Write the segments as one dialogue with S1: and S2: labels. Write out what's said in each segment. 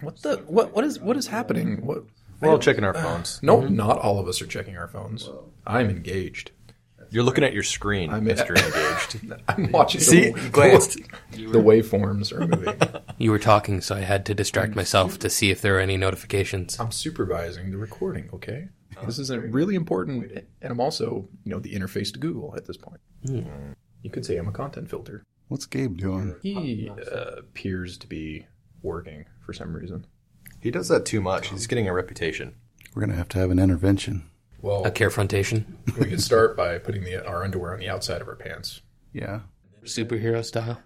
S1: What the what what is what is happening? What
S2: We're all checking our
S3: uh,
S2: phones.
S1: No, not all of us are checking our phones. I'm engaged.
S2: You're looking at your screen,
S1: I'm-
S2: Mr. Engaged.
S1: I'm watching
S2: See?
S1: the,
S2: You glanced.
S1: the waveforms are moving.
S4: You were talking, so I had to distract
S5: Mm.
S4: myself to see if there were any notifications.
S1: I'm supervising the recording, okay? This is a really important and I'm also, you know, the interface to Google at this point. You could say I'm a content filter.
S3: What's Gabe doing?
S1: He uh, appears to be working for some reason.
S2: He does that too much. He's getting a reputation.
S3: We're going to have to have an intervention.
S1: Well,
S4: A carefrontation?
S1: we could start by putting the, our underwear on the outside of our pants.
S3: Yeah.
S4: Superhero style?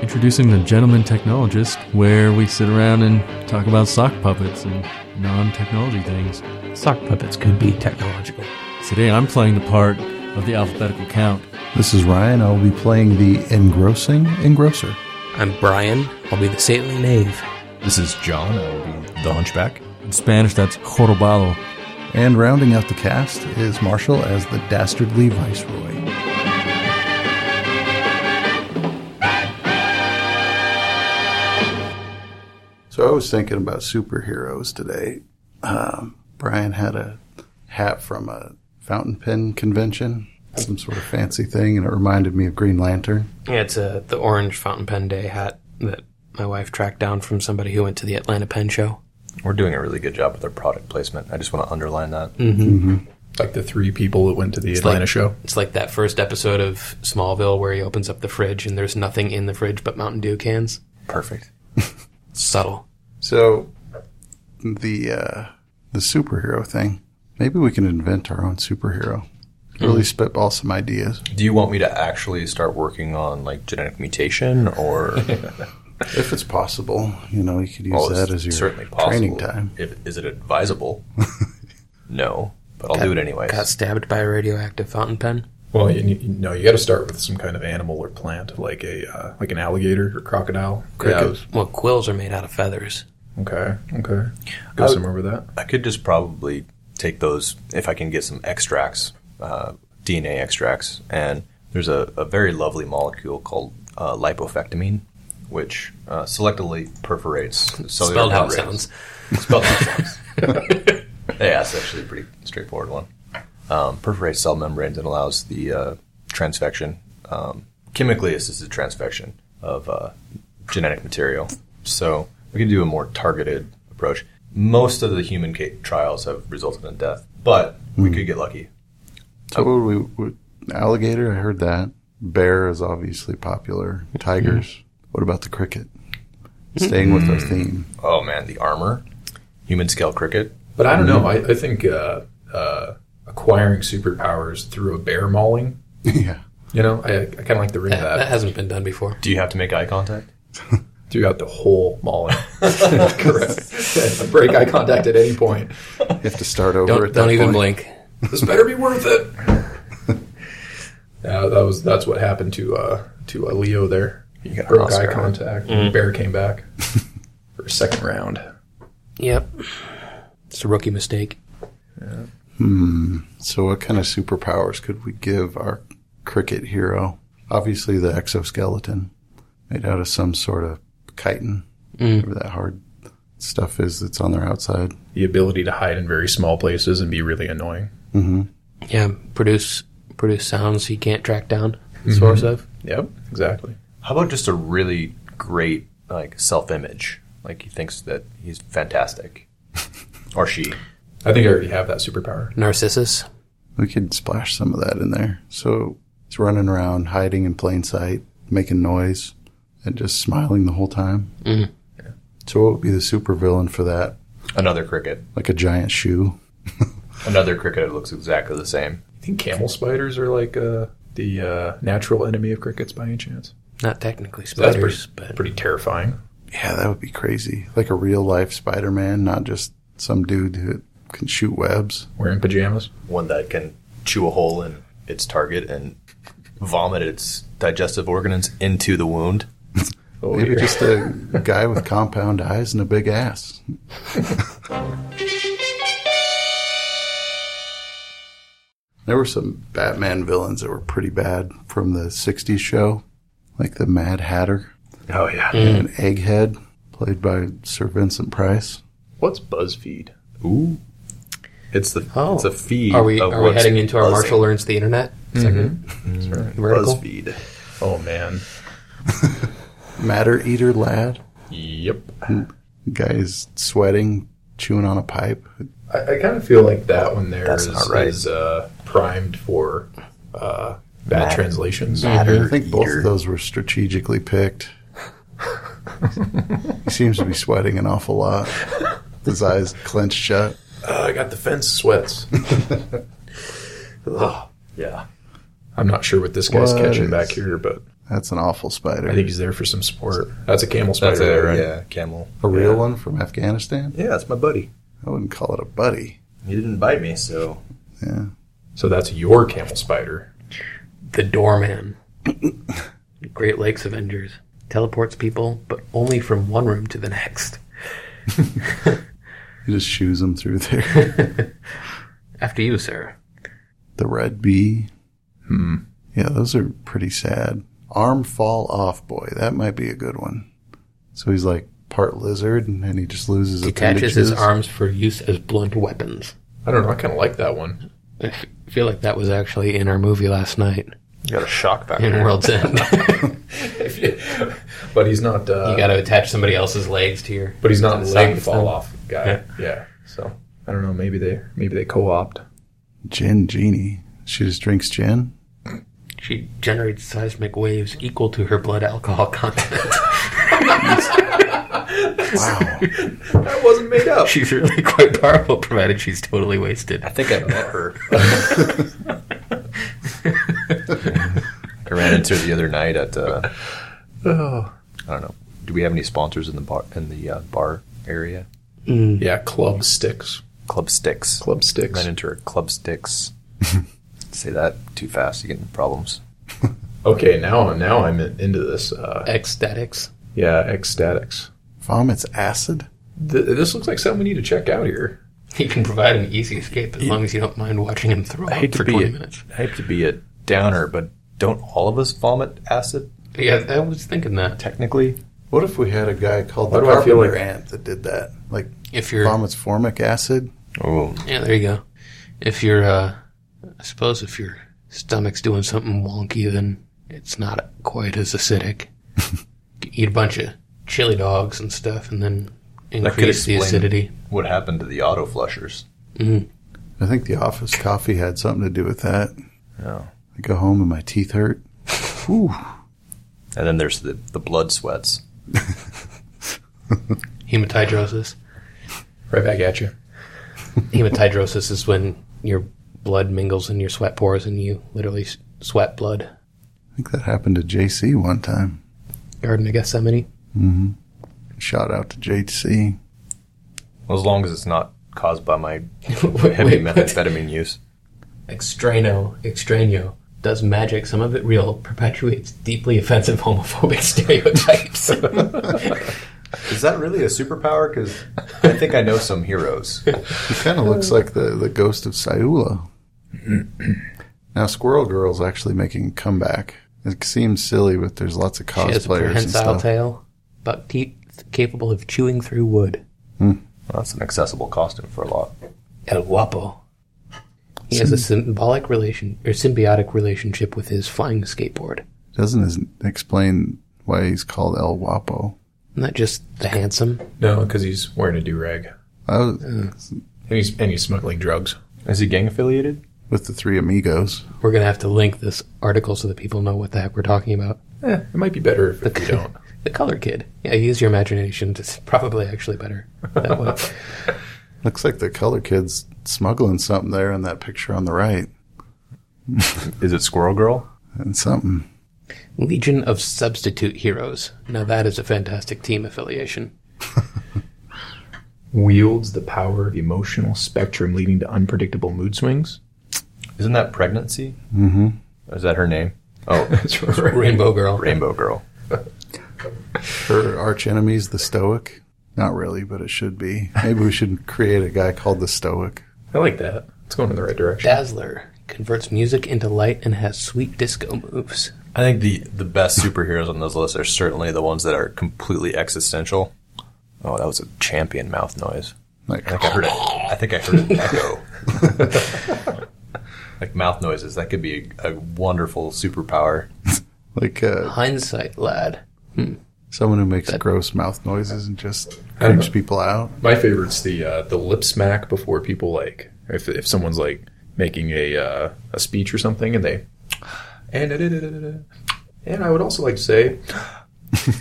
S6: Introducing the Gentleman Technologist, where we sit around and talk about sock puppets and non technology things.
S5: Sock puppets could be technological.
S6: Today I'm playing the part of the alphabetical count.
S3: This is Ryan. I'll be playing the engrossing engrosser.
S4: I'm Brian. I'll be the saintly knave.
S7: This is John. I will be the hunchback.
S6: In Spanish, that's jorobado.
S3: And rounding out the cast is Marshall as the dastardly viceroy. So I was thinking about superheroes today. Um, Brian had a hat from a fountain pen convention, some sort of fancy thing, and it reminded me of Green Lantern.
S4: Yeah, it's a, the orange fountain pen day hat that my wife tracked down from somebody who went to the Atlanta Pen Show.
S2: We're doing a really good job with our product placement. I just want to underline that.
S3: Hmm.
S1: Like the three people that went to the Atlanta
S4: like-
S1: show.
S4: It's like that first episode of Smallville where he opens up the fridge and there's nothing in the fridge but Mountain Dew cans.
S2: Perfect.
S4: Subtle.
S3: So the uh, the superhero thing. Maybe we can invent our own superhero. Really spitball some ideas.
S2: Do you want me to actually start working on like genetic mutation or
S3: If it's possible, you know, you could use
S2: Well,
S3: that
S2: it's
S3: as your
S2: certainly possible.
S3: training time.
S2: If, is it advisable? no, but I'll do it anyways.
S4: Got stabbed by a radioactive fountain pen.
S1: Well, you, you know, you got to start with some kind of animal or plant, like a uh, like an alligator or crocodile, cricket.
S4: Well, quills are made out of feathers.
S1: Okay, okay. Go
S2: would-
S1: somewhere with that.
S2: I could just probably take those if I can get some extracts, uh, DNA extracts, and there's a, a very lovely molecule called uh, lipofectamine, which uh, selectively perforates cellular
S4: Spelled how it
S2: membranes.
S4: sounds.
S2: Spelled how it sounds. yeah, it's actually a pretty straightforward one. Um, perforates cell membranes and allows the uh, transfection, um, chemically assisted transfection of uh, genetic material. So we can do a more targeted approach. Most of the human ca- trials have resulted in death, but we could get lucky.
S3: So what would we, would, alligator, I heard that. Bear is obviously popular. Tigers. What about the cricket? Staying with our theme.
S2: Oh man, the armor, human scale cricket.
S1: But I don't know. I, I think uh, uh, acquiring superpowers through a bear mauling.
S3: yeah.
S1: You know, I, I kind of like the ring of
S4: That, that
S1: that
S4: hasn't been done before.
S2: Do you have to make eye contact?
S1: throughout the whole mauling. Correct. Break eye contact at any point.
S3: You have to start over
S4: Don't,
S3: at that
S4: don't even
S3: point.
S4: blink.
S1: This better be worth it. Yeah, that was that's what happened to uh, to uh, Leo there. He
S2: got
S1: broke eye
S2: Oscar.
S1: contact. and Bear came back for a second round.
S4: Yep. It's a rookie mistake.
S3: So, what kind of superpowers could we give our cricket hero? Obviously, the exoskeleton made out of some sort of chitin, whatever that hard stuff is that's on their outside.
S1: The ability to hide in very small places and be really annoying.
S4: Yeah, produce produce sounds he can't track down the source of.
S1: Yep, exactly.
S2: How about just a really great like self-image? Like he thinks that he's fantastic, or she.
S1: I think I already have that superpower.
S4: Narcissus.
S3: We could splash some of that in there. So, it's running around, hiding in plain sight, making noise, and just smiling the whole time. So, what would be the supervillain for that?
S2: Another cricket.
S3: Like a giant shoe?
S2: Another cricket that looks exactly the same.
S1: You think camel spiders are like uh, the uh, natural enemy of crickets by any chance?
S4: Not technically
S1: That's
S4: spiders,
S1: pretty,
S4: but
S1: pretty terrifying.
S3: Yeah, that would be crazy. Like a real life Spider Man, not just some dude who can shoot webs.
S1: Wearing pajamas.
S2: One that can chew a hole in its target and vomit its digestive organs into the wound.
S1: Oh,
S3: Maybe
S1: dear.
S3: just a guy with compound eyes and a big ass. There were some Batman villains that were pretty bad from the 60s show, like the Mad Hatter
S2: Oh yeah.
S3: and Egghead, played by Sir Vincent Price.
S1: What's BuzzFeed?
S2: Ooh. It's the
S4: Oh.
S2: it's a feed.
S4: Are we
S2: of
S4: are we
S2: what's
S4: heading into our
S2: buzzing.
S4: Marshall learns the internet segment? Vertical?
S2: BuzzFeed.
S1: Oh man.
S3: Matter Eater Lad.
S1: Yep.
S3: Guy is sweating, chewing on a pipe.
S1: I, I kind of feel like that one there
S2: That's
S1: is-
S2: not right.
S1: is, uh, primed for uh, bad
S2: Matter-
S1: translations.
S2: Matter
S3: I think both
S2: eater.
S3: of those were strategically picked. he seems to be sweating an awful lot. His eyes clenched shut.
S1: Uh, I got the fence sweats. Ugh.
S2: Yeah.
S1: I'm not sure what this guy's
S3: What
S1: catching
S3: is-
S1: back here, but
S3: That's an awful spider.
S1: I think he's there for some support. That's a camel spider,
S2: That's a
S1: there, right?
S2: yeah, camel.
S3: a real
S2: Yeah.
S3: one from Afghanistan?
S2: Yeah, that's my buddy.
S3: I wouldn't call it a buddy.
S2: He didn't bite me, so
S3: Yeah.
S1: So that's your camel spider.
S4: The doorman. Great Lakes Avengers. Teleports people, but only from one room to the next.
S3: He just shoos him through there.
S4: After you, sir.
S3: the red bee. Hmm. Yeah, those are pretty sad. Arm fall off boy. That might be a good one. So he's like part lizard and he just loses
S4: Detaches his
S3: appendages.
S4: arms for use as blunt weapons.
S1: I don't know. I kind of like that one.
S4: I f- feel like that was actually in our movie last night
S2: you got a shock
S4: in
S2: factor.
S4: World's End.
S1: If you- but he's not. Uh,
S4: you got to attach somebody else's legs to your.
S1: but he's not
S4: to
S1: a
S4: the
S1: leg
S4: side
S1: fall
S4: of
S1: off guy. Yeah. So I don't know. Maybe they maybe they co-opt.
S3: Gin genie. She just drinks gin.
S4: them. She generates seismic waves equal to her blood alcohol content.
S3: Wow.
S1: That wasn't made up.
S4: she's really quite powerful, provided she's totally wasted.
S2: I think I met her. I ran into her the other night at uh, I don't know. Do we have any sponsors in the bar in the uh, bar area?
S1: Yeah, club sticks.
S2: Club Sticks.
S1: Club sticks.
S2: Ran into her at Club Sticks. Say that too fast, you get into problems.
S1: Okay, now now I'm in- into this. Uh,
S4: Ecstatics.
S1: yeah, ecstatics.
S3: Vomits acid?
S1: Th- this looks like something we need to check out here.
S4: He can provide an easy escape as long as you don't mind watching him throw up for 20 minutes.
S2: I hate to be a downer, but don't all of us vomit acid
S4: Yeah, I was thinking that.
S2: technically?
S3: What if we had a guy called
S1: Why
S3: the
S1: do I feel
S3: carpenter
S1: like-
S3: ant that did that? Like
S4: If you're,
S3: vomits formic acid?
S2: Oh,
S4: yeah, there you go. If you're, uh, I suppose if your stomach's doing something wonky, then it's not quite as acidic. You Eat a bunch of chili dogs and stuff, and then increase the
S2: explain-
S4: acidity. Mm-hmm.
S2: what happened to the auto flushers?
S3: I think the office coffee had something to do with that.
S2: Yeah.
S3: I go home and my teeth hurt. Whew.
S2: And then there's the, the blood sweats.
S4: Hematidrosis.
S1: Right back at you.
S4: Hematidrosis is when your blood mingles in your sweat pores, and you literally s- sweat blood.
S3: I think that happened to JC one time.
S4: Garden of Gethsemane.
S3: Shout out to JC.
S2: Well, as long as it's not caused by my heavy
S4: Wait, what?
S2: methamphetamine use.
S4: Extraño, extraño, does magic, some of it real, perpetuates deeply offensive homophobic stereotypes.
S2: Is that really a superpower? Because I think I know some heroes.
S3: He kind of looks like the, the ghost of Sayula. now, Squirrel Girl's actually making a comeback. It seems silly, but there's lots of
S4: she has a
S3: cosplayers and
S4: prehensile
S3: stuff.
S4: tail, buck teeth capable of chewing through wood.
S2: that's an accessible costume for a lot.
S4: El guapo. He has a symbolic relation or symbiotic relationship with his flying skateboard.
S3: Doesn't is- explain why he's called El Wapo.
S4: Not just the handsome.
S1: No, because he's wearing a do rag
S3: I was
S1: Uh. and he's and he's smuggling drugs.
S2: Is he gang affiliated?
S3: with the three amigos.
S4: We're gonna have to link this article so that people know what the heck we're talking about.
S1: Eh, it might be better if, if we don't.
S4: The color kid. Yeah, use your imagination. It's probably actually better that way.
S3: Looks like the color kid's smuggling something there in that picture on the right.
S2: Is it Squirrel Girl?
S3: And something.
S4: Legion of Substitute Heroes. Now that is a fantastic team affiliation.
S1: Wields the power of emotional spectrum, leading to unpredictable mood swings.
S2: Isn't that pregnancy? Mm-hmm. Is that her name? Oh,
S1: That's right.
S4: Rainbow Girl.
S2: Rainbow Girl.
S3: Her arch enemy's the Stoic. Not really, but it should be. Maybe we should create a guy called the Stoic.
S1: I like that. It's going in the right direction.
S4: Dazzler. Converts music into light and has sweet disco moves.
S2: I think the the best superheroes on those lists are certainly the ones that are completely existential. Oh, that was a champion mouth noise.
S3: Like,
S2: I think I heard it. I think I heard it echo. like mouth noises, that could be a, a wonderful superpower.
S3: like uh,
S4: Hindsight, lad.
S3: someone who makes gross mouth noises and just creeps people out.
S1: My favorite's the uh, the lip smack before people like if if someone's like making a uh, a speech or something and they and da-da-da-da-da-da. and I would also like to say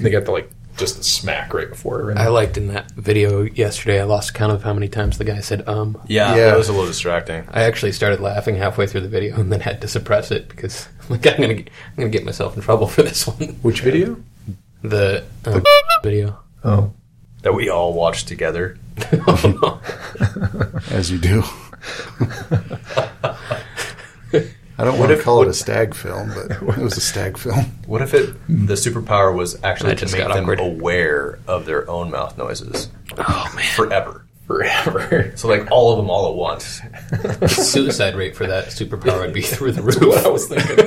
S1: they got the like just the smack right before it.
S4: I liked in that video yesterday, I lost count of how many times the guy said, um.
S2: Yeah,
S3: Yeah.
S2: that was a little distracting.
S4: I actually started laughing halfway through the video and then had to suppress it because I'm like, I'm gonna, get, I'm gonna get myself in trouble for this one.
S1: Which video?
S4: The, um, video.
S1: Oh,
S2: That we all watched together.
S4: oh, no.
S3: as you do. I don't want to
S2: if-
S3: call
S2: what-
S3: it a stag film, but it was a stag film.
S2: What if it the superpower was actually
S4: That
S2: to
S4: just
S2: make
S4: got
S2: them
S4: awkward.
S2: aware of their own mouth noises
S4: oh man.
S2: forever?
S1: forever.
S2: So like all of them all at once.
S4: The suicide rate for that superpower would be through the roof.
S1: what I was thinking.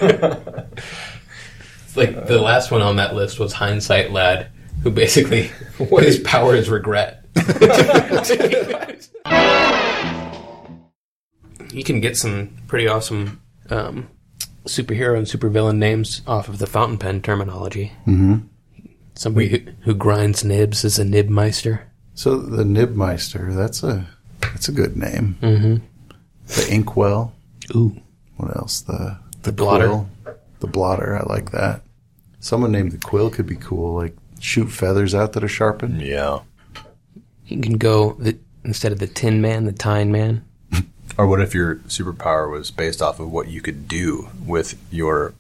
S4: It's like the last one on that list was Hindsight Lad, who basically his power is regret. you can get some pretty awesome um, superhero and supervillain names off of the fountain pen terminology. Mm-hmm. Somebody who, who grinds nibs is a nibmeister.
S3: So the Nibmeister, that's a that's a good name. Mm-hmm. The Inkwell.
S4: Ooh,
S3: What else? The
S4: the blotter.
S3: Quill. The blotter. I like that. Someone named the Quill could be cool. Like shoot feathers out that are sharpened.
S2: Yeah.
S4: You can go the, instead of the Tin Man, the Tine Man.
S2: Or what if your superpower was based off of what you could do with your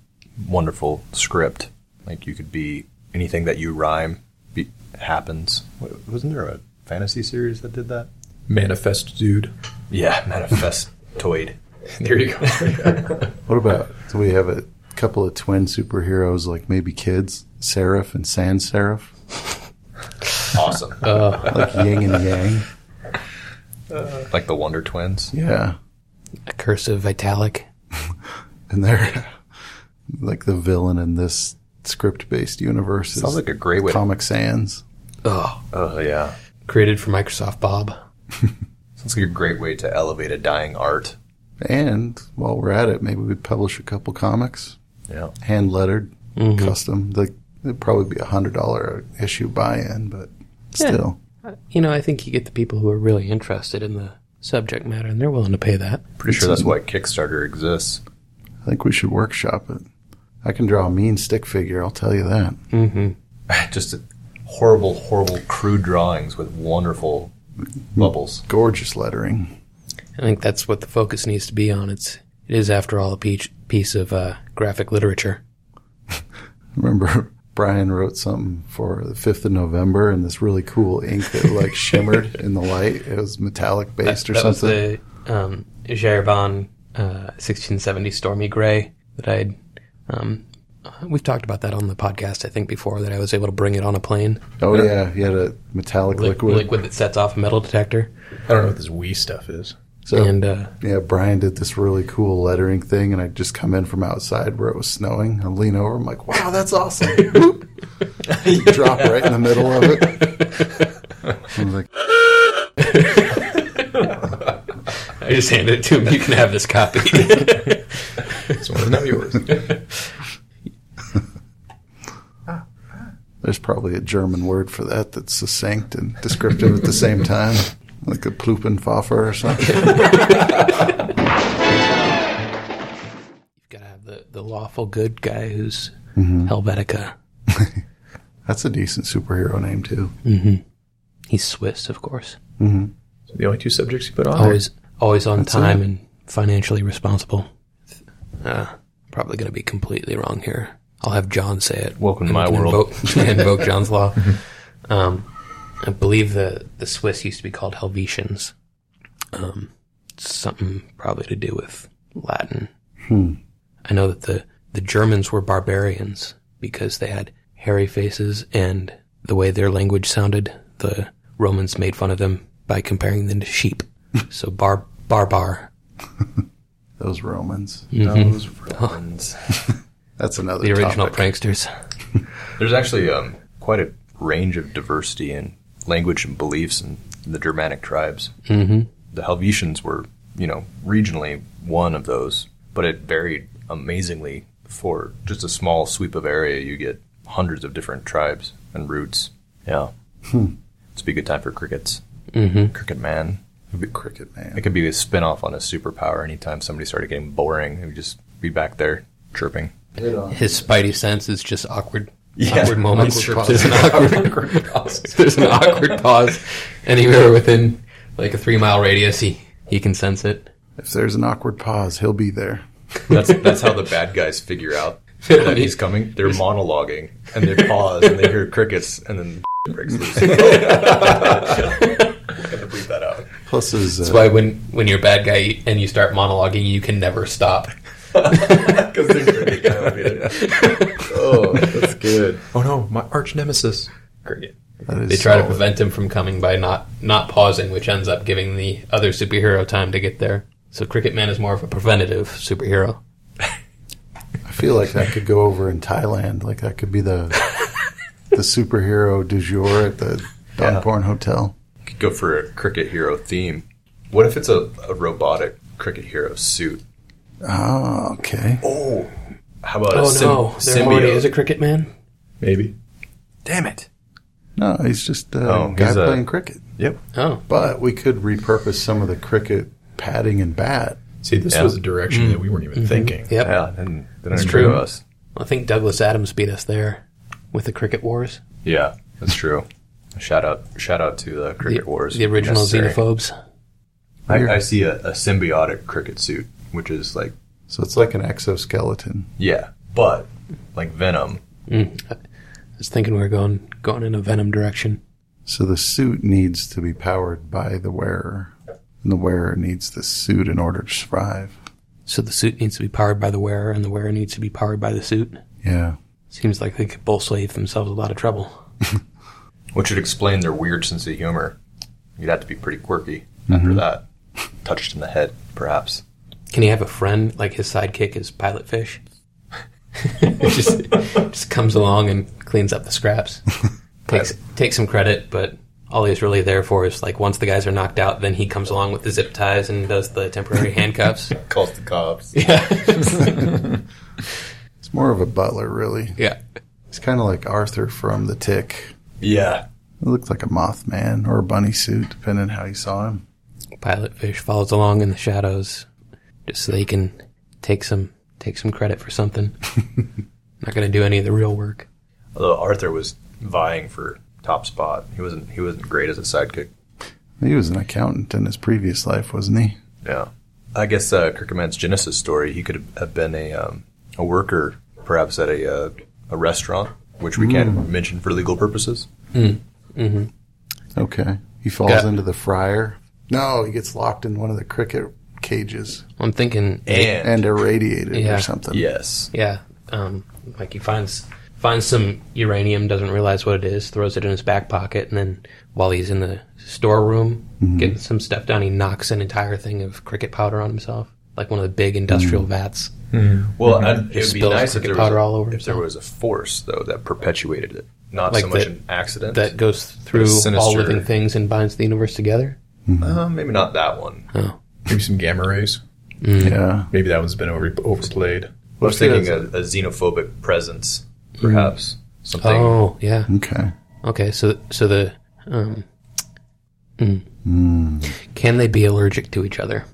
S2: wonderful script? Like you could be anything that you rhyme be, happens. Wa- Wasn't there a fantasy series that did that?
S1: Manifest dude.
S2: Yeah, manifestoid.
S1: There you go.
S3: What about? Do we have a couple of twin superheroes? Like maybe kids, Seraph and Sans Seraph,
S2: awesome.
S4: Uh,
S3: like Ying and Yang.
S2: like the Wonder Twins.
S3: Yeah,
S4: A cursive italic.
S3: and they're like the villain in this script-based universe. is
S2: Sounds like a great way. to-
S3: Comic Sans.
S4: Oh,
S2: Oh
S1: Uh,
S2: yeah,
S4: created for Microsoft Bob.
S2: sounds like a great way to elevate a dying art.
S3: And while we're at it, maybe we publish a couple comics,
S2: Yeah.
S3: hand lettered, custom. Like it'd probably be a hundred dollar issue buy-in, but still,
S4: You know, I think you get the people who are really interested in the subject matter, and they're willing to pay that.
S2: Pretty sure that's why Kickstarter exists.
S3: I think we should workshop it. I can draw a mean stick figure. I'll tell you that.
S2: Just horrible, horrible, crude drawings with wonderful bubbles.
S3: Gorgeous lettering.
S4: I think that's what the focus needs to be on. It's it is, after all, a piece piece of uh, graphic literature.
S3: Remember. Brian wrote something for the 5th of November in this really cool ink that like shimmered in the light. It was metallic based or
S4: that was
S3: something.
S4: the um, Gerban uh, 1670 Stormy Gray that I. Um, we've talked about that on the podcast, I think, before that I was able to bring it on a plane.
S3: oh yeah, he had a metallic
S4: Li-
S3: liquid.
S4: liquid that sets off a metal detector.
S1: I don't know what this Wii stuff is.
S3: So
S4: And uh,
S3: Yeah, Brian did this really cool lettering thing, and I just come in from outside where it was snowing. I lean over, I'm like, "Wow, that's awesome!" Boop. Drop right in the middle of it. I was like,
S4: I just handed it to him. You can have this copy.
S1: This one's not yours.
S3: "There's probably a German word for that that's succinct and descriptive at the same time, like a Plupenpfaffer or something."
S4: You've got to have the, the lawful good guy who's Helvetica.
S3: That's a decent superhero name too.
S4: He's Swiss, of course.
S1: the only two subjects you put on. there.
S4: Always always on
S3: That's
S4: time
S3: it.
S4: and financially responsible. Uh, probably going to be completely wrong here. I'll have John say it.
S2: Welcome to
S4: And
S2: my
S4: we can
S2: world.
S4: Invoke, invoke John's law. Um, I believe the, the Swiss used to be called Helvetians. Um, something probably to do with Latin. Hmm. I know that the, the Germans were barbarians because they had hairy faces and the way their language sounded, the Romans made fun of them by comparing them to sheep. so bar, barbar.
S3: Those Romans.
S1: Those Romans.
S3: That's another
S4: The original
S3: topic.
S4: pranksters.
S2: There's actually um, quite a range of diversity in language and beliefs in the Germanic tribes.
S4: Mm-hmm.
S2: The Helvetians were, you know, regionally one of those, but it varied amazingly. For just a small sweep of area, you get hundreds of different tribes and roots. Yeah. It's be a good time for crickets.
S4: Hmm. Mm-hmm.
S2: Cricket man.
S3: It'd be cricket man.
S2: It could be a spin off on a superpower anytime somebody started getting boring. It would just be back there chirping.
S4: His spidey sense is just awkward.
S2: Yeah.
S4: Awkward moments.
S2: Awkward
S4: there's an awkward, there's an awkward pause anywhere within like a three mile radius. He he can sense it.
S3: If there's an awkward pause, he'll be there.
S2: That's that's how the bad guys figure out that he's coming. They're monologuing and they pause and they hear crickets and then breaks loose. Gotta bleep that out.
S3: Plus his
S4: That's
S3: uh,
S4: why when when you're a bad guy and you start monologuing, you can never stop.
S2: Because they're cricket
S1: oh, that's good. Oh no, my arch nemesis. Cricket.
S3: that is
S4: They try to
S3: solid.
S4: prevent him from coming by not not pausing, which ends up giving the other superhero time to get there. So Cricket Man is more of a preventative superhero.
S3: I feel like that could go over in Thailand. Like that could be the the superhero du jour at the Donporn Hotel.
S2: Could go for a cricket hero theme. What if it's a, a robotic cricket hero suit?
S3: Oh, okay.
S2: Oh, how about a sym- symbiote?
S4: a Cricket Man.
S1: Maybe.
S2: Damn it!
S3: No, he's just a
S2: Oh,
S3: guy
S2: he's a-
S3: playing cricket.
S4: Oh,
S3: But we could repurpose some of the cricket padding and bat.
S1: See, this
S2: Yeah.
S1: was a direction that we weren't
S4: Mm-hmm.
S1: even thinking.
S4: yep.
S2: Yeah, and then
S4: That's
S2: it's
S4: true.
S2: true. Us.
S4: I think Douglas Adams beat us there with the Cricket Wars.
S2: Yeah, that's true. Shout out, shout out to the cricket
S4: the,
S2: wars.
S4: The original
S2: Necessary.
S4: xenophobes.
S2: I, I see a, a symbiotic cricket suit, which is like
S3: So it's like an exoskeleton.
S2: yeah, but like Venom.
S4: Mm. I was thinking we were going going in a Venom direction.
S3: So the suit needs to be powered by the wearer. And the wearer needs the suit in order to survive.
S4: So the suit needs to be powered by the wearer, and the wearer needs to be powered by the suit.
S3: Yeah.
S4: Seems like they could both save themselves a lot of trouble.
S2: which would explain their weird sense of humor. You'd have to be pretty quirky after that. Touched in the head, perhaps.
S4: Can he have a friend like his sidekick is Pilot Fish? just, just comes along and cleans up the scraps. Takes, takes some credit, but all he's really there for is like once the guys are knocked out, then he comes along with the zip ties and does the temporary handcuffs.
S2: Calls the cops.
S3: It's more of a butler, really.
S4: Yeah.
S3: It's kind of like Arthur from The Tick.
S2: Yeah.
S3: It looked like a Mothman or a bunny suit, depending how you saw him.
S4: Pilot Fish follows along in the shadows just so they can take some take some credit for something. Not gonna do any of the real work.
S2: Although Arthur was vying for top spot, he wasn't. He wasn't great as a sidekick.
S3: He was an accountant in his previous life, wasn't he?
S2: Yeah. I guess uh, Kirkman's Genesis story, he could have been a, um, a worker, perhaps at a, uh, a restaurant, which we can't mention for legal purposes.
S3: Okay. He falls
S4: Got-
S3: into the fryer. No, he gets locked in one of the cricket cages
S4: I'm thinking
S2: And,
S3: and irradiated
S4: Yeah.
S3: or something.
S2: yes.
S4: Yeah, um, like he finds finds some uranium, doesn't realize what it is, throws it in his back pocket, and then while he's in the storeroom getting some stuff done, he knocks an entire thing of cricket powder on himself, like one of the big industrial vats.
S2: Well,
S4: Mm-hmm.
S2: and it would be
S4: Spills
S2: nice if
S4: cricket
S2: there, was
S4: powder
S2: a,
S4: all over
S2: if there
S4: himself.
S2: was a force, though, that perpetuated it. Not
S4: Like
S2: so much
S4: that-
S2: an accident.
S4: That goes through all
S2: sinister.
S4: living things and binds the universe together.
S2: uh, maybe not that one.
S1: Maybe some gamma rays.
S3: Yeah.
S1: Maybe that one's been over, overplayed.
S2: I
S3: What
S2: was
S3: if he
S2: thinking a,
S3: has-
S2: a xenophobic presence, perhaps. Something.
S4: Mm-hmm. Oh, yeah.
S3: Okay.
S4: Okay, so so the um, mm. can they be allergic to each other?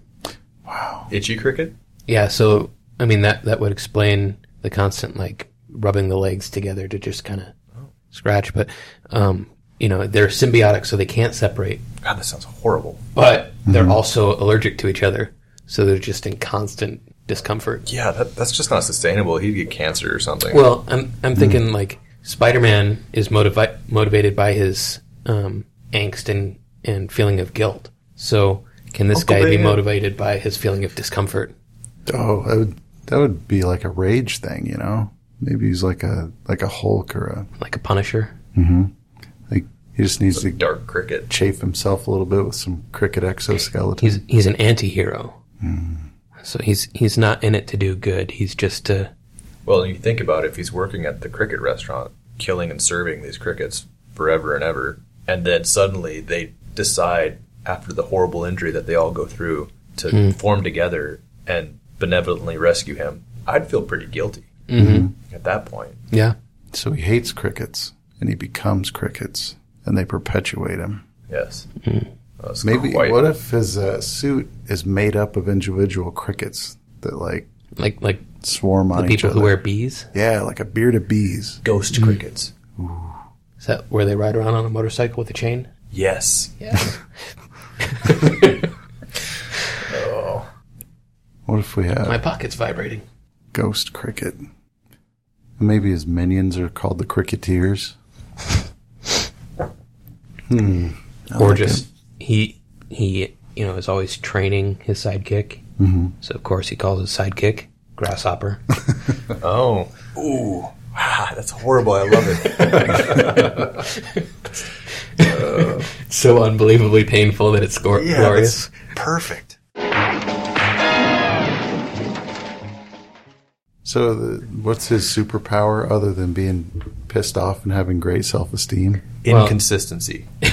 S2: Itchy cricket?
S4: Yeah, so I mean that that would explain the constant like rubbing the legs together to just kind of scratch, but um, you know they're symbiotic, so they can't separate,
S2: God, that sounds horrible.
S4: but they're also allergic to each other, so they're just in constant discomfort.
S2: Yeah, that, that's just not sustainable. He'd get cancer or something.
S4: Well, I'm I'm thinking like Spider-Man is motivi- motivated by his um, angst and and feeling of guilt. So can this
S2: Uncle
S4: guy be
S2: Ben.
S4: motivated by his feeling of discomfort?
S3: Oh, that would that would be like a rage thing, you know? Maybe he's like a like a Hulk or a
S4: Like a Punisher?
S3: like he just needs to
S2: Dark cricket.
S3: chafe himself a little bit with some cricket exoskeleton.
S4: Hmm. He's he's an anti-hero. So he's he's not in it to do good. He's just to
S2: Well, you think about it, if he's working at the cricket restaurant, killing and serving these crickets forever and ever, and then suddenly they decide, after the horrible injury that they all go through, to
S4: Hmm.
S2: form together and benevolently rescue him, I'd feel pretty guilty
S4: Mm-hmm.
S2: at that point.
S4: yeah
S3: So he hates crickets and he becomes crickets and they perpetuate him.
S2: Yes. That's
S3: Maybe
S2: quite-
S3: what if his uh, suit is made up of individual crickets that like
S4: like like
S3: swarm on
S4: the
S3: each
S4: people
S3: other?
S4: who wear bees.
S3: yeah, like a beard of bees.
S4: Hmm.
S2: ghost crickets.
S4: Is that where they ride around on a motorcycle with a chain?
S2: Yes.
S4: Yeah.
S3: What if we have
S4: My pocket's vibrating.
S3: ghost cricket? Maybe his minions are called the cricketeers.
S4: or just he he you know is always training his sidekick. Mm-hmm. So of course he calls his sidekick grasshopper.
S2: Oh. Ooh. Ah, that's horrible. I love it.
S4: so unbelievably painful that it's glor- glorious.
S2: Perfect.
S3: So, the, what's his superpower other than being pissed off and having great self esteem?
S4: Well-
S2: Inconsistency.
S4: he's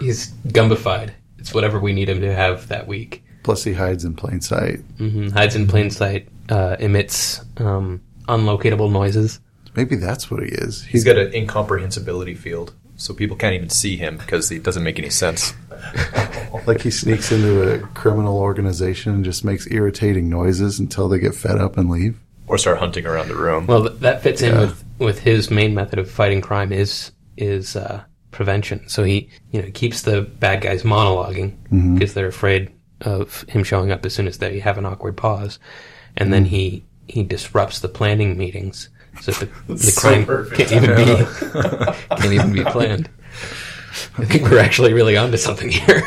S4: he's gumbified. It's whatever we need him to have that week.
S3: Plus, he hides in plain sight.
S4: hmm Hides in plain sight. Uh, emits um, unlocatable noises.
S3: Maybe that's what he is.
S2: He's got an incomprehensibility field, so people can't even see him because he doesn't make any sense.
S3: Like he sneaks into a criminal organization and just makes irritating noises until they get fed up and leave.
S2: Or start hunting around the room.
S4: Well, th- that fits in with, with his main method of fighting crime is is uh, prevention. So he you know keeps the bad guys monologuing because they're afraid of him showing up as soon as they have an awkward pause, and then he he disrupts the planning meetings so the, the crime can't even be can't even be planned. I think we're actually really onto something here.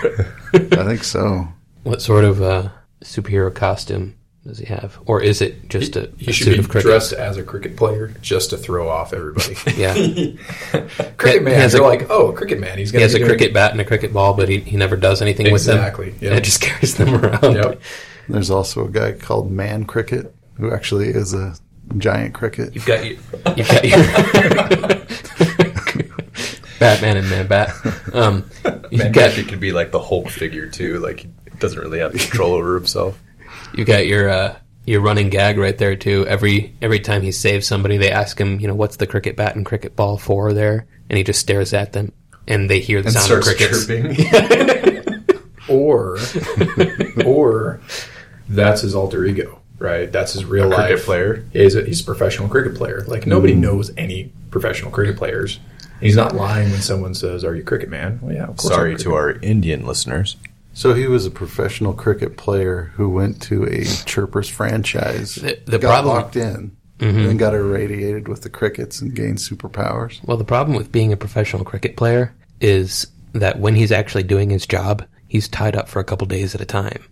S3: I think so.
S4: what sort of uh, superhero costume does he have, or is it just a,
S1: He
S4: a
S1: should
S4: suit
S1: be
S4: of cricket?
S1: dressed as a cricket player just to throw off everybody.
S4: Yeah.
S1: cricket
S4: He
S1: man,
S4: has
S1: you're
S4: a-
S1: like, oh, cricket man. He's
S4: He
S1: gonna
S4: has
S1: be
S4: a
S1: doing-
S4: cricket bat and a cricket ball, but he, he never does anything
S1: Exactly,
S4: with them.
S1: yeah.
S4: And it just carries them around.
S1: Yep.
S3: There's also a guy called Man Cricket who actually is a giant cricket.
S2: You've got you.
S4: You've got your Batman and Man Bat. Um,
S2: Man,
S4: you've, got,
S2: could be like the Hulk figure too. Like he doesn't really have control over himself.
S4: you've got your uh, your running gag right there too. Every every time he saves somebody, they ask him, you know, what's the cricket bat and cricket ball for there? And he just stares at them, and they hear the sound of
S2: Starts
S4: crickets.
S2: chirping.
S1: or or that's his alter ego, right? That's his real life
S2: cricket player.
S1: He's a, he's a professional cricket player. Like nobody knows any professional cricket players. And he's not lying when someone says, "Are you cricket man?" Well, yeah, of course.
S2: Sorry
S1: I'm
S2: to
S1: cricket.
S2: our Indian listeners.
S3: So he was a professional cricket player who went to a chirpers franchise,
S4: The- the
S3: got
S4: problem- Mm-hmm.
S3: locked in, and got irradiated with the crickets and gained superpowers.
S4: Well, the problem with being a professional cricket player is that when he's actually doing his job, he's tied up for a couple days at a time.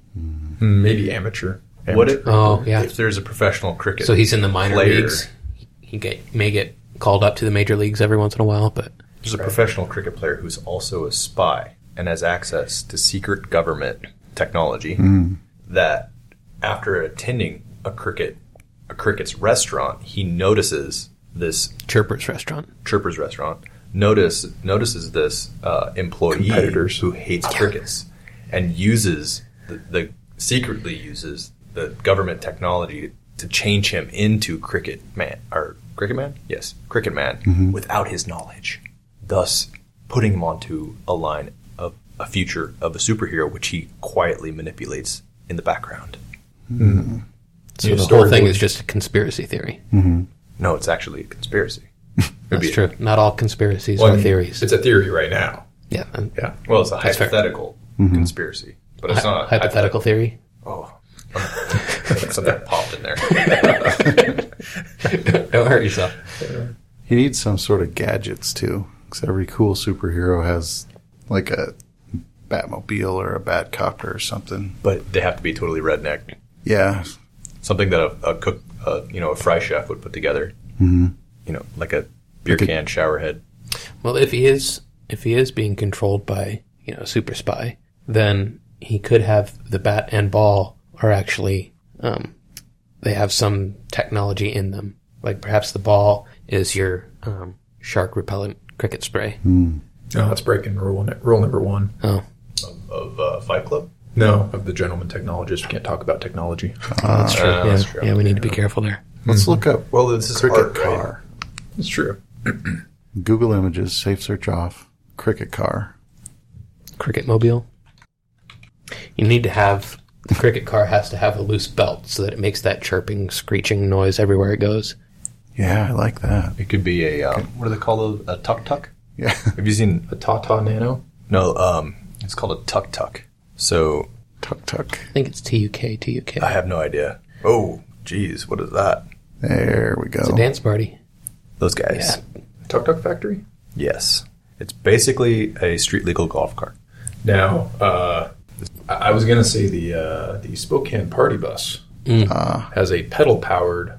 S1: maybe amateur.
S2: What
S1: Amateur.
S2: if,
S4: Oh yeah.
S2: if there's a professional cricket?
S4: So he's in the minor
S2: player,
S4: leagues. He get, may get called up to the major leagues every once in a while, but
S2: There's a professional cricket player who's also a spy and has access to secret government technology that after attending a cricket a cricket's restaurant, he notices this
S4: Chirpers Restaurant.
S2: Chirpers restaurant notice notices this uh, employee
S1: Competitors.
S2: who hates crickets and uses the, the secretly uses the government technology to change him into cricket man or cricket man yes cricket man without his knowledge thus putting him onto a line of a future of a superhero which he quietly manipulates in the background
S4: So
S1: You
S4: the
S1: story
S4: whole thing
S1: would-
S4: is just a conspiracy theory.
S2: no it's actually a conspiracy
S4: That's true. Not all conspiracies
S1: Well, I
S4: are
S1: mean,
S4: theories.
S1: It's a theory right now.
S4: yeah, a
S1: Yeah.
S2: well it's a
S4: That's fair.
S2: hypothetical conspiracy but it's not
S4: hypothetical theory.
S2: oh something popped in there
S4: Don't hurt yourself.
S3: He needs some sort of gadgets too, because every cool superhero has like a Batmobile or a Batcopter or something.
S2: but they have to be totally redneck.
S3: Yeah,
S2: Something that a, a cook, uh, you know, a fry chef would put together. Mm-hmm. You know, like a beer
S3: Like a-
S2: can shower head.
S4: Well, if he is if he is being controlled by you know a super spy, then he could have the bat and ball are actually um, they have some technology in them. Like perhaps the ball is your um, shark repellent cricket spray.
S1: No, that's breaking rule rule number one
S4: Oh,
S2: of uh, Fight Club.
S1: no of the gentleman technologist. We can't talk about technology.
S4: Ah, that's true. yeah, yeah, we need to be careful there.
S3: Let's look up
S2: Well, this is
S3: cricket
S2: art, right?
S3: car.
S1: It's true.
S3: Google Images, safe search off, cricket car.
S4: Cricket mobile. You need to have the cricket car has to have a loose belt so that it makes that chirping, screeching noise everywhere it goes.
S3: Yeah, I like that.
S2: It could be a um, what do they call those? A tuk tuk.
S3: Yeah.
S2: Have you seen?
S1: A Tata Nano.
S2: No, um, it's called a tuk tuk. So
S3: Tuck tuck.
S4: I think it's T U K T U K.
S2: I have no idea. Oh, geez, what is that?
S3: There we go.
S4: It's a dance party.
S2: Those guys.
S1: Tuk Tuk Factory.
S2: Yes, it's basically a street legal golf cart.
S1: Now, uh, I I was gonna say the uh, the Spokane Party Bus has a pedal powered.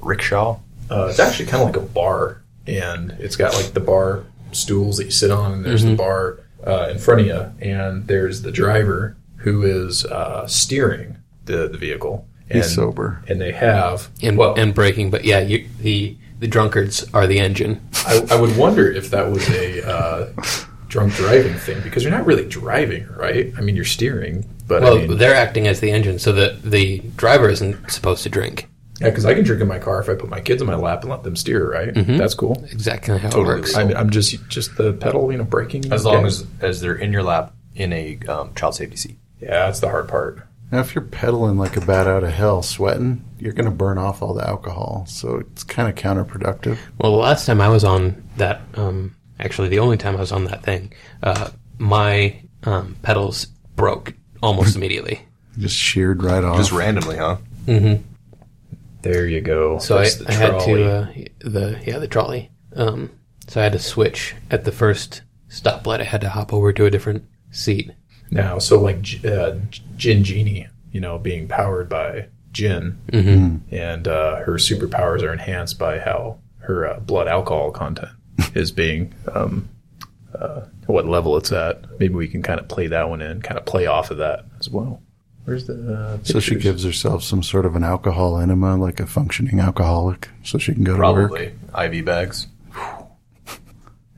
S2: Rickshaw.
S1: Uh, it's actually kind of like a bar, and it's got like the bar stools that you sit on, and
S3: Mm-hmm.
S1: there's the bar uh, in front of you, and there's the driver who is uh, steering the the vehicle. And,
S3: He's sober.
S1: and they have
S4: and
S1: well,
S4: and breaking. But yeah, you, the the drunkards are the engine.
S1: I, I would wonder if that was a uh, drunk driving thing because you're not really driving, right? I mean, you're steering, but
S4: Well,
S1: I mean,
S4: they're acting as the engine, so the the driver isn't supposed to drink.
S1: yeah, because I can drink in my car if I put my kids in my lap and let them steer, right?
S3: Mm-hmm.
S1: That's cool.
S4: Exactly how
S3: Oh,
S4: it works.
S1: I'm, I'm just just the pedal, you know, braking.
S2: As long
S1: Okay.
S2: as as they're in your lap in a um, child safety seat.
S1: yeah, that's the hard part.
S3: Now, if you're pedaling like a bat out of hell, sweating, you're going to burn off all the alcohol. So it's kind of counterproductive.
S4: Well, the last time I was on that, um, actually the only time I was on that thing, uh, my um, pedals broke almost immediately.
S3: Just sheared right off.
S2: Just randomly, huh?
S1: There you go.
S4: So I,
S1: That's the
S4: I had
S1: trolley.
S4: to uh, the yeah the trolley. Um, so I had to switch at the first stoplight. I had to hop over to a different seat.
S1: now. So like G- uh, Gin Genie, you know, being powered by gin,
S4: Mm-hmm.
S1: and uh, her superpowers are enhanced by how her uh, blood alcohol content is being, um, uh, what level it's at. Maybe we can kind of play that one in, kind of play off of that as well. Where's the? Uh,
S3: so she
S1: pictures?
S3: gives herself some sort of an alcohol enema, like a functioning alcoholic, so she can go to work.
S2: Probably IV bags.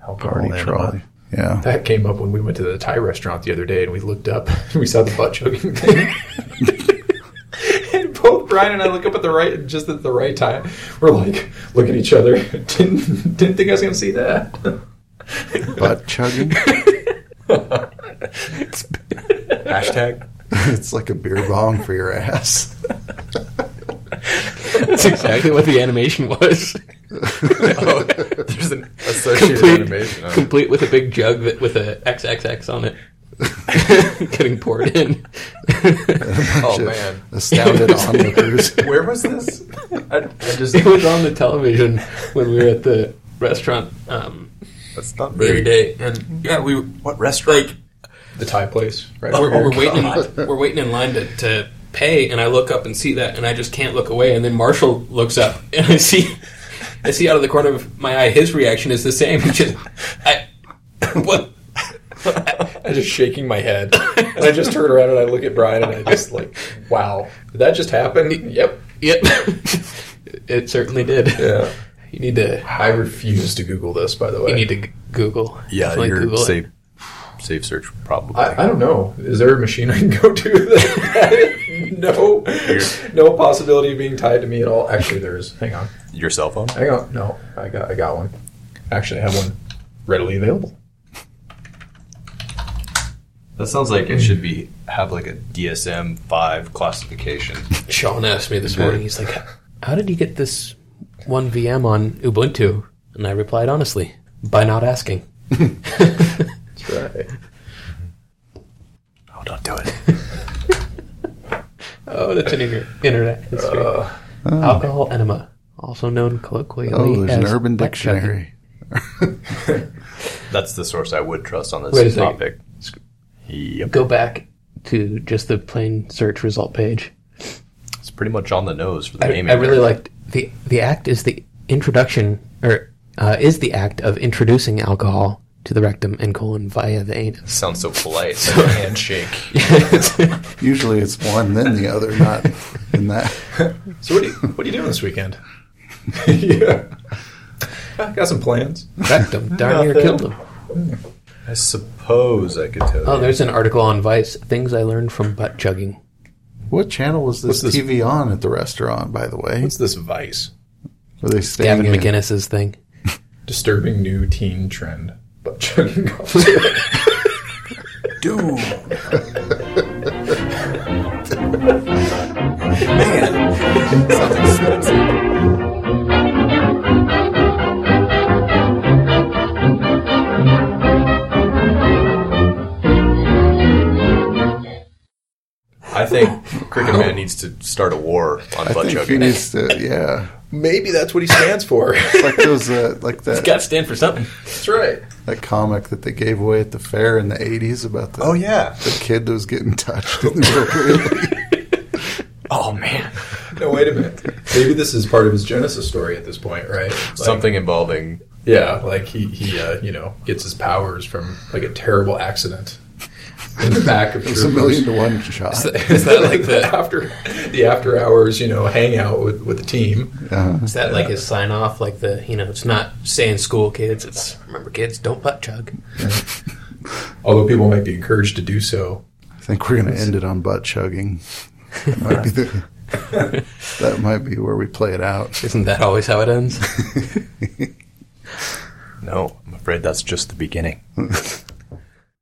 S1: Alcohol
S3: Party
S1: enema.
S3: trolley. Yeah.
S1: That came up when we went to the Thai restaurant the other day, and we looked up and we saw the butt chugging thing. and both Brian and I look up at the right, just at the right time. We're like, look at each other. didn't didn't think I was going to see that.
S3: Butt chugging.
S2: Hashtag.
S3: it's like a beer bong for your ass.
S4: That's exactly what the animation was.
S2: oh, there's an associated
S4: complete,
S2: animation. huh?
S4: complete with a big jug that, with a XXX on it, getting poured in.
S2: Oh
S3: Shit.
S2: man,
S3: Astounded onlookers.
S2: where was this? I, I just
S4: it was on the television when we were at the restaurant um,
S2: that's not
S4: the other
S2: very.
S4: day, and yeah, we
S2: What restaurant?
S1: The Thai place, right?
S4: we're, we're waiting in, we're waiting in line to, to pay, and I look up and see that, and I just can't look away, and then Marshall looks up, and I see I see out of the corner of my eye his reaction is the same, which is I what.
S1: I'm just shaking my head, and I just turn around and I look at Brian, and I just like, wow, did that just happen? Yep.
S4: Yep. it certainly did.
S1: Yeah.
S4: You need to
S1: I refuse to Google this, by the way.
S4: you need to g- Google.
S2: Yeah,
S4: Definitely
S2: your
S4: Google it.
S2: safe safe search probably.
S1: I, I don't know. Is there a machine I can go to that no no possibility of being tied to me at all? Actually, there is. Hang on,
S2: your cell phone.
S1: hang on. No, I got I got one. Actually, I have one readily available.
S2: That sounds like it should be have like a DSM five classification.
S4: Sean asked me this morning. He's like, "How did you get this one VM on Ubuntu?" And I replied honestly, "By not asking."
S1: That's right.
S2: Oh, don't do it.
S4: Oh, that's an inter- internet history.
S2: Uh,
S4: Alcohol enema, also known colloquially
S3: Oh, there's an
S4: as
S3: urban
S4: butt chugging.
S3: dictionary.
S2: That's the source I would trust on this
S4: Wait a second.
S2: topic. Yep,
S4: Go back to just the plain search result page.
S2: it's pretty much on the nose for the
S4: I,
S2: naming.
S4: I really
S2: there.
S4: liked the the act is the introduction or uh, is the act of introducing alcohol to the rectum and colon via the anus.
S2: Sounds so polite. It's like a handshake.
S3: Usually it's one, then the other, not in that.
S1: So what are you, what are you doing this weekend? yeah. I got some plans.
S4: rectum darn near killed him.
S2: I suppose I could tell.
S4: Oh,
S2: you.
S4: there's an article on Vice things I learned from butt chugging.
S3: What channel was this,
S1: What's this-
S3: TV on at the restaurant, by the way?
S1: What's this vice?
S3: Were they staying
S4: Gavin
S3: in-
S4: McInnes's thing.
S1: Disturbing new teen trend. But chugging off.
S3: Dude.
S2: I think Cricket Man needs to start a war on
S3: I
S2: butt
S3: think he
S2: chugging.
S3: needs to, yeah.
S1: Maybe that's what he stands for.
S3: Like those, uh, like that,
S4: Got to stand for something.
S1: that's right.
S3: that comic that they gave away at the fair in the '80s about the,
S2: oh yeah.
S3: the kid that was getting touched inappropriately.
S2: Oh man.
S1: No, wait a minute. Maybe this is part of his Genesis story at this point, right? Like,
S2: Something involving
S1: Yeah, like he, he uh, you know, gets his powers from like a terrible accident in the back of
S3: it was a
S1: troopers.
S3: million to one shot.
S1: Is that like the after the after hours, you know, hangout with, with the team?
S3: Uh,
S4: Is that like his sign off? Like the you know, it's not saying school kids. It's remember kids, don't butt chug.
S1: Although people might be encouraged to do so.
S3: I think we're going to end it on butt chugging. That might, be the, that might be where we play it out.
S4: Isn't that always how it ends?
S2: No, I'm afraid that's just the beginning.